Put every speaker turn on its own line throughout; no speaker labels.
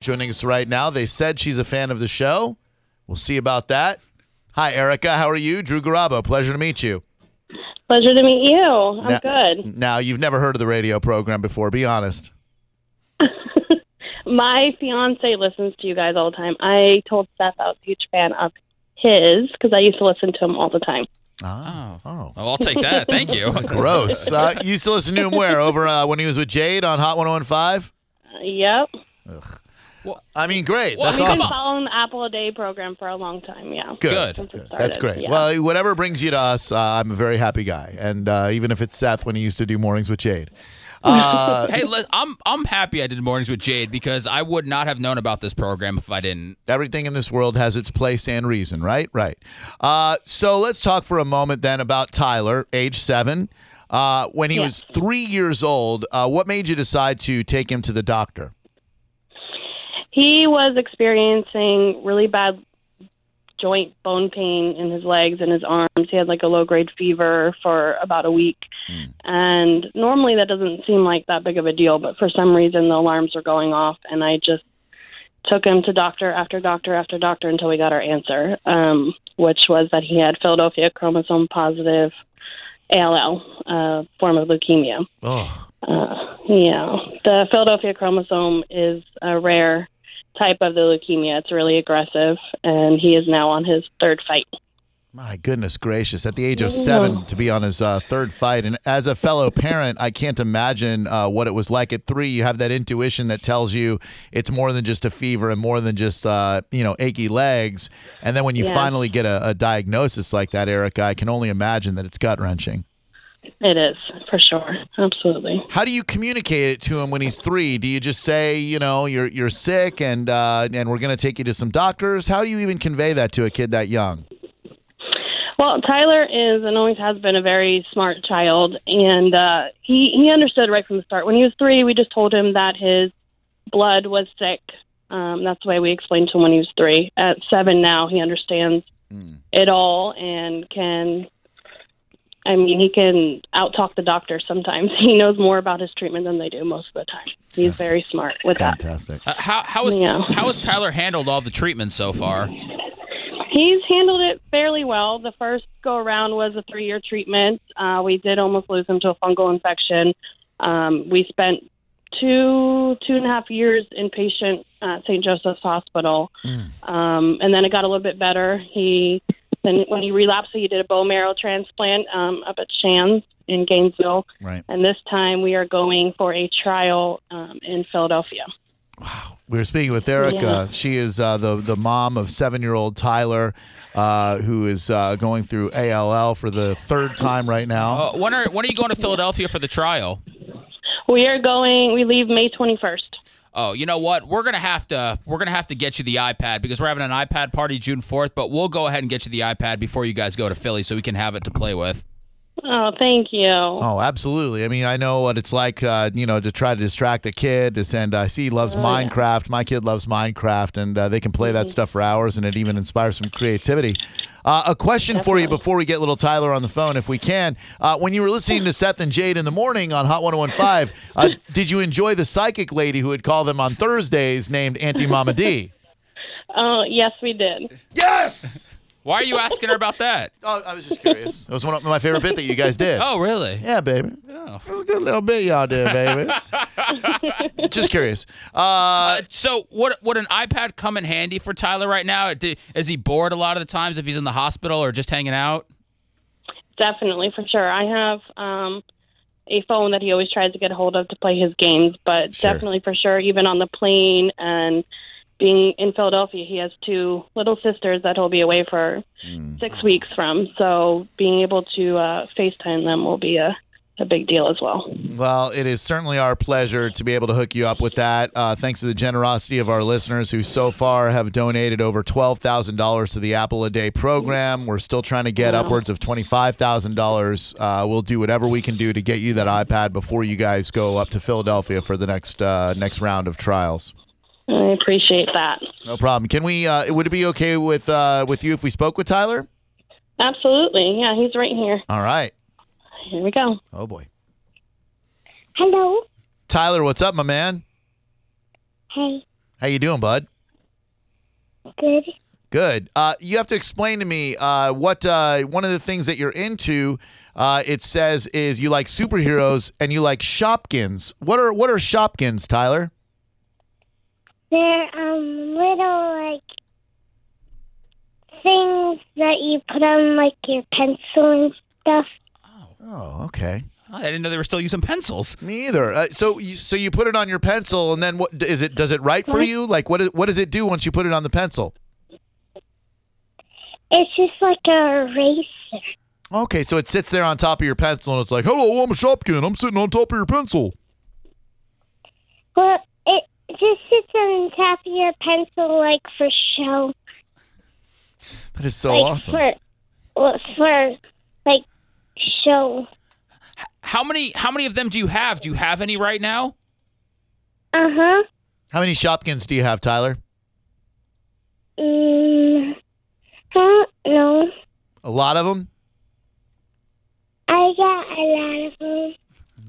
joining us right now. They said she's a fan of the show. We'll see about that. Hi, Erica. How are you? Drew Garabo. Pleasure to meet you.
Pleasure to meet you. I'm
Now-
good.
Now, you've never heard of the radio program before. Be honest.
My fiance listens to you guys all the time. I told Seth I was a huge fan of his because I used to listen to him all the time.
Ah. Oh.
Oh, I'll take that. Thank you.
Gross. Uh, you used to listen to him where? Over uh, when he was with Jade on Hot 1015?
Uh, yep.
I mean, great.
Well,
That's
I mean,
awesome.
Been
come on.
following the Apple a Day program for a long time. Yeah.
Good.
Since it
That's
started,
great.
yeah.
Well, whatever brings you to us, uh, I'm a very happy guy. And uh, even if it's Seth when he used to do mornings with Jade. Uh,
Hey, Les, I'm I'm happy I did mornings with Jade because I would not have known about this program if I didn't.
Everything in this world has its place and reason, right? Right. Uh, so let's talk for a moment then about Tyler, age seven. Uh, when he was
Yes.
three years old, uh, what made you decide to take him to the doctor?
he was experiencing really bad joint bone pain in his legs and his arms. He had like a low grade fever for about a week. And normally that doesn't seem like that big of a deal, but for some reason the alarms were going off and I just took him to doctor after doctor after doctor until we got our answer, um, which was that he had Philadelphia chromosome positive ALL, uh, form of leukemia.
Oh,
Uh, yeah, the Philadelphia chromosome is a rare type of the leukemia. It's really aggressive, and he is now on his third fight.
my goodness gracious. At the age of seven, to be on his uh, third fight. And as a fellow parent, I can't imagine uh, what it was like at three. You have that intuition that tells you it's more than just a fever and more than just, uh, you know, achy legs. And then when you
Yeah.
finally get a, a diagnosis like that, Erica, I can only imagine that it's gut wrenching.
It is for sure, absolutely.
How do you communicate it to him when he's three? Do you just say, you know, you're you're sick and uh, and we're gonna take you to some doctors? How do you even convey that to a kid that young?
Well, Tyler is and always has been a very smart child, and uh, he he understood right from the start. When he was three, we just told him that his blood was sick. Um, that's the way we explained to him when he was three. At seven now, he understands it all and can. I mean, he can outtalk the doctor sometimes. He knows more about his treatment than they do most of the time. He's very smart with that.
Fantastic.
Uh, how how is
Yeah.
how has Tyler handled all the treatments so far?
He's handled it fairly well. The first go around was a three year treatment. Uh, we did almost lose him to a fungal infection. Um, we spent two two and a half years inpatient at St. Joseph's Hospital, um, and then it got a little bit better. He then when he relapsed, he did a bone marrow transplant um, up at Shands in Gainesville,
Right.
and this time we are going for a trial um, in Philadelphia.
We were speaking with Erica. She is uh, the the mom of seven year old Tyler, uh, who is uh, going through ALL for the third time right now.
Uh, when are when are you going to Philadelphia for the trial?
We are going. We leave May twenty first.
Oh, you know what? We're gonna have to we're gonna have to get you the iPad because we're having an iPad party June fourth. But we'll go ahead and get you the iPad before you guys go to Philly so we can have it to play with.
Oh, thank you.
Oh, absolutely. I mean, I know what it's like, uh, you know, to try to distract a kid. to send I see he loves Minecraft. My kid loves Minecraft, and uh, they can play that stuff for hours, and it even inspires some creativity. Uh, a question for you before we get little Tyler on the phone, if we can. Uh, when you were listening to Seth and Jade in the morning on Hot 1015, uh, did you enjoy the psychic lady who would call them on Thursdays named Auntie Mama D?
Oh, yes, we did.
Yes!
Why are you asking her about that?
Oh, I was just curious. That was one of my favorite bit that you guys did.
Oh, really?
Yeah, baby. That was a good little bit y'all did, baby. Just curious. Uh,
Uh, so would would an iPad come in handy for Tyler right now? Do- Is he bored a lot of the times if he's in the hospital or just hanging out?
Definitely, for sure. I have um, a phone that he always tries to get a hold of to play his games, but
Sure.
definitely for sure, even on the plane and being in Philadelphia, he has two little sisters that he'll be away for six weeks from. So being able to uh, FaceTime them will be a, a big deal as well.
well, it is certainly our pleasure to be able to hook you up with that. Uh, thanks to the generosity of our listeners who so far have donated over $12,000 to the Apple a Day program. We're still trying to get upwards of $25,000. Uh, we'll do whatever we can do to get you that iPad before you guys go up to Philadelphia for the next uh, next round of trials.
I appreciate that.
No problem. Can we? Uh, would it be okay with uh, with you if we spoke with Tyler?
Absolutely. Yeah, he's right here.
All right.
Here we go.
Oh boy.
Hello.
Tyler, what's up, my man?
Hey.
How you doing, bud?
Good.
Good. Uh, you have to explain to me uh, what uh, one of the things that you're into. Uh, it says is you like superheroes and you like Shopkins. What are what are Shopkins, Tyler?
They're um little like things that you put on like your pencil and stuff.
Oh, okay.
I didn't know they were still using pencils.
Me either. Uh, so you so you put it on your pencil and then what is it? Does it write for you? Like what? Is, what does it do once you put it on the pencil?
It's just like a eraser.
Okay, so it sits there on top of your pencil and it's like, hello, I'm a Shopkin. I'm sitting on top of your pencil.
Well, it just sits on top of your pencil like for show.
That is so
like
Oh, awesome.
for well, for like show.
How many? How many of them do you have? Do you have any right now?
Uh huh.
How many Shopkins do you have, Tyler?
Mm, huh? No,
A lot of them.
I got a lot of them.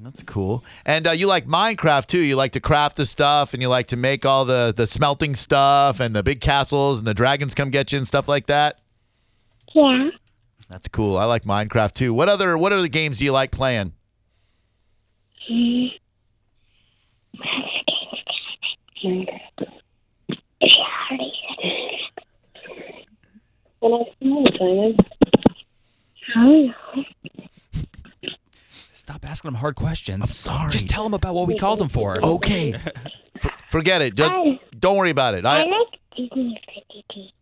That's cool. And uh, you like Minecraft too. You like to craft the stuff and you like to make all the the smelting stuff and the big castles and the dragons come get you and stuff like that.
Yeah.
That's cool. I like Minecraft too. What other what other games do you like playing?
Well, I'm excited.
Oh,
Stop asking them hard questions. I'm
sorry. Oh.
Just tell them about what we called them for.
Okay. For- forget it. Don't,
I-
don't worry about it.
I
I
like Disney 50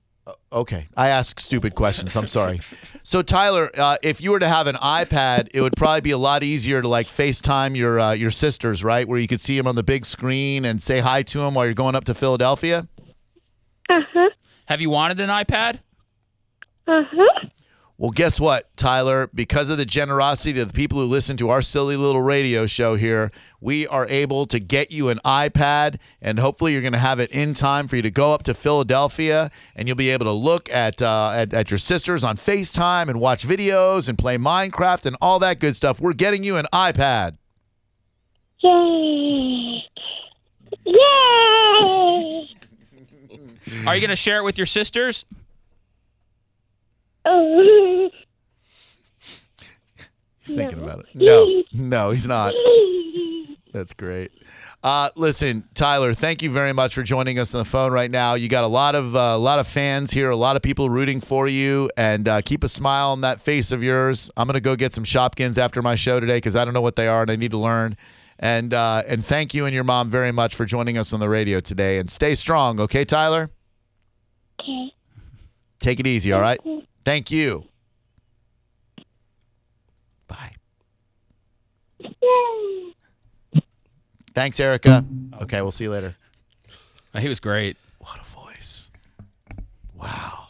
okay. I ask stupid questions. I'm sorry. So Tyler, uh, if you were to have an iPad, it would probably be a lot easier to like FaceTime your uh, your sisters, right? Where you could see them on the big screen and say hi to them while you're going up to Philadelphia.
Uh huh.
Have you wanted an iPad?
Uh huh.
Well, guess what, Tyler? Because of the generosity of the people who listen to our silly little radio show here, we are able to get you an iPad, and hopefully, you're going to have it in time for you to go up to Philadelphia, and you'll be able to look at uh, at, at your sisters on FaceTime and watch videos and play Minecraft and all that good stuff. We're getting you an iPad.
Yay! Yay!
Are you going to share it with your sisters?
Oh.
He's thinking about it. No, no, he's not. That's great. Uh, listen, Tyler, thank you very much for joining us on the phone right now. You got a lot of uh, a lot of fans here, a lot of people rooting for you, and uh, keep a smile on that face of yours. I'm gonna go get some Shopkins after my show today because I don't know what they are and I need to learn. And uh, and thank you and your mom very much for joining us on the radio today. And stay strong, okay, Tyler?
Okay.
Take it easy, all right? Thank you. Bye.
Yay!
Thanks, Erica. Okay, we'll see you later.
He was great.
What a voice. Wow.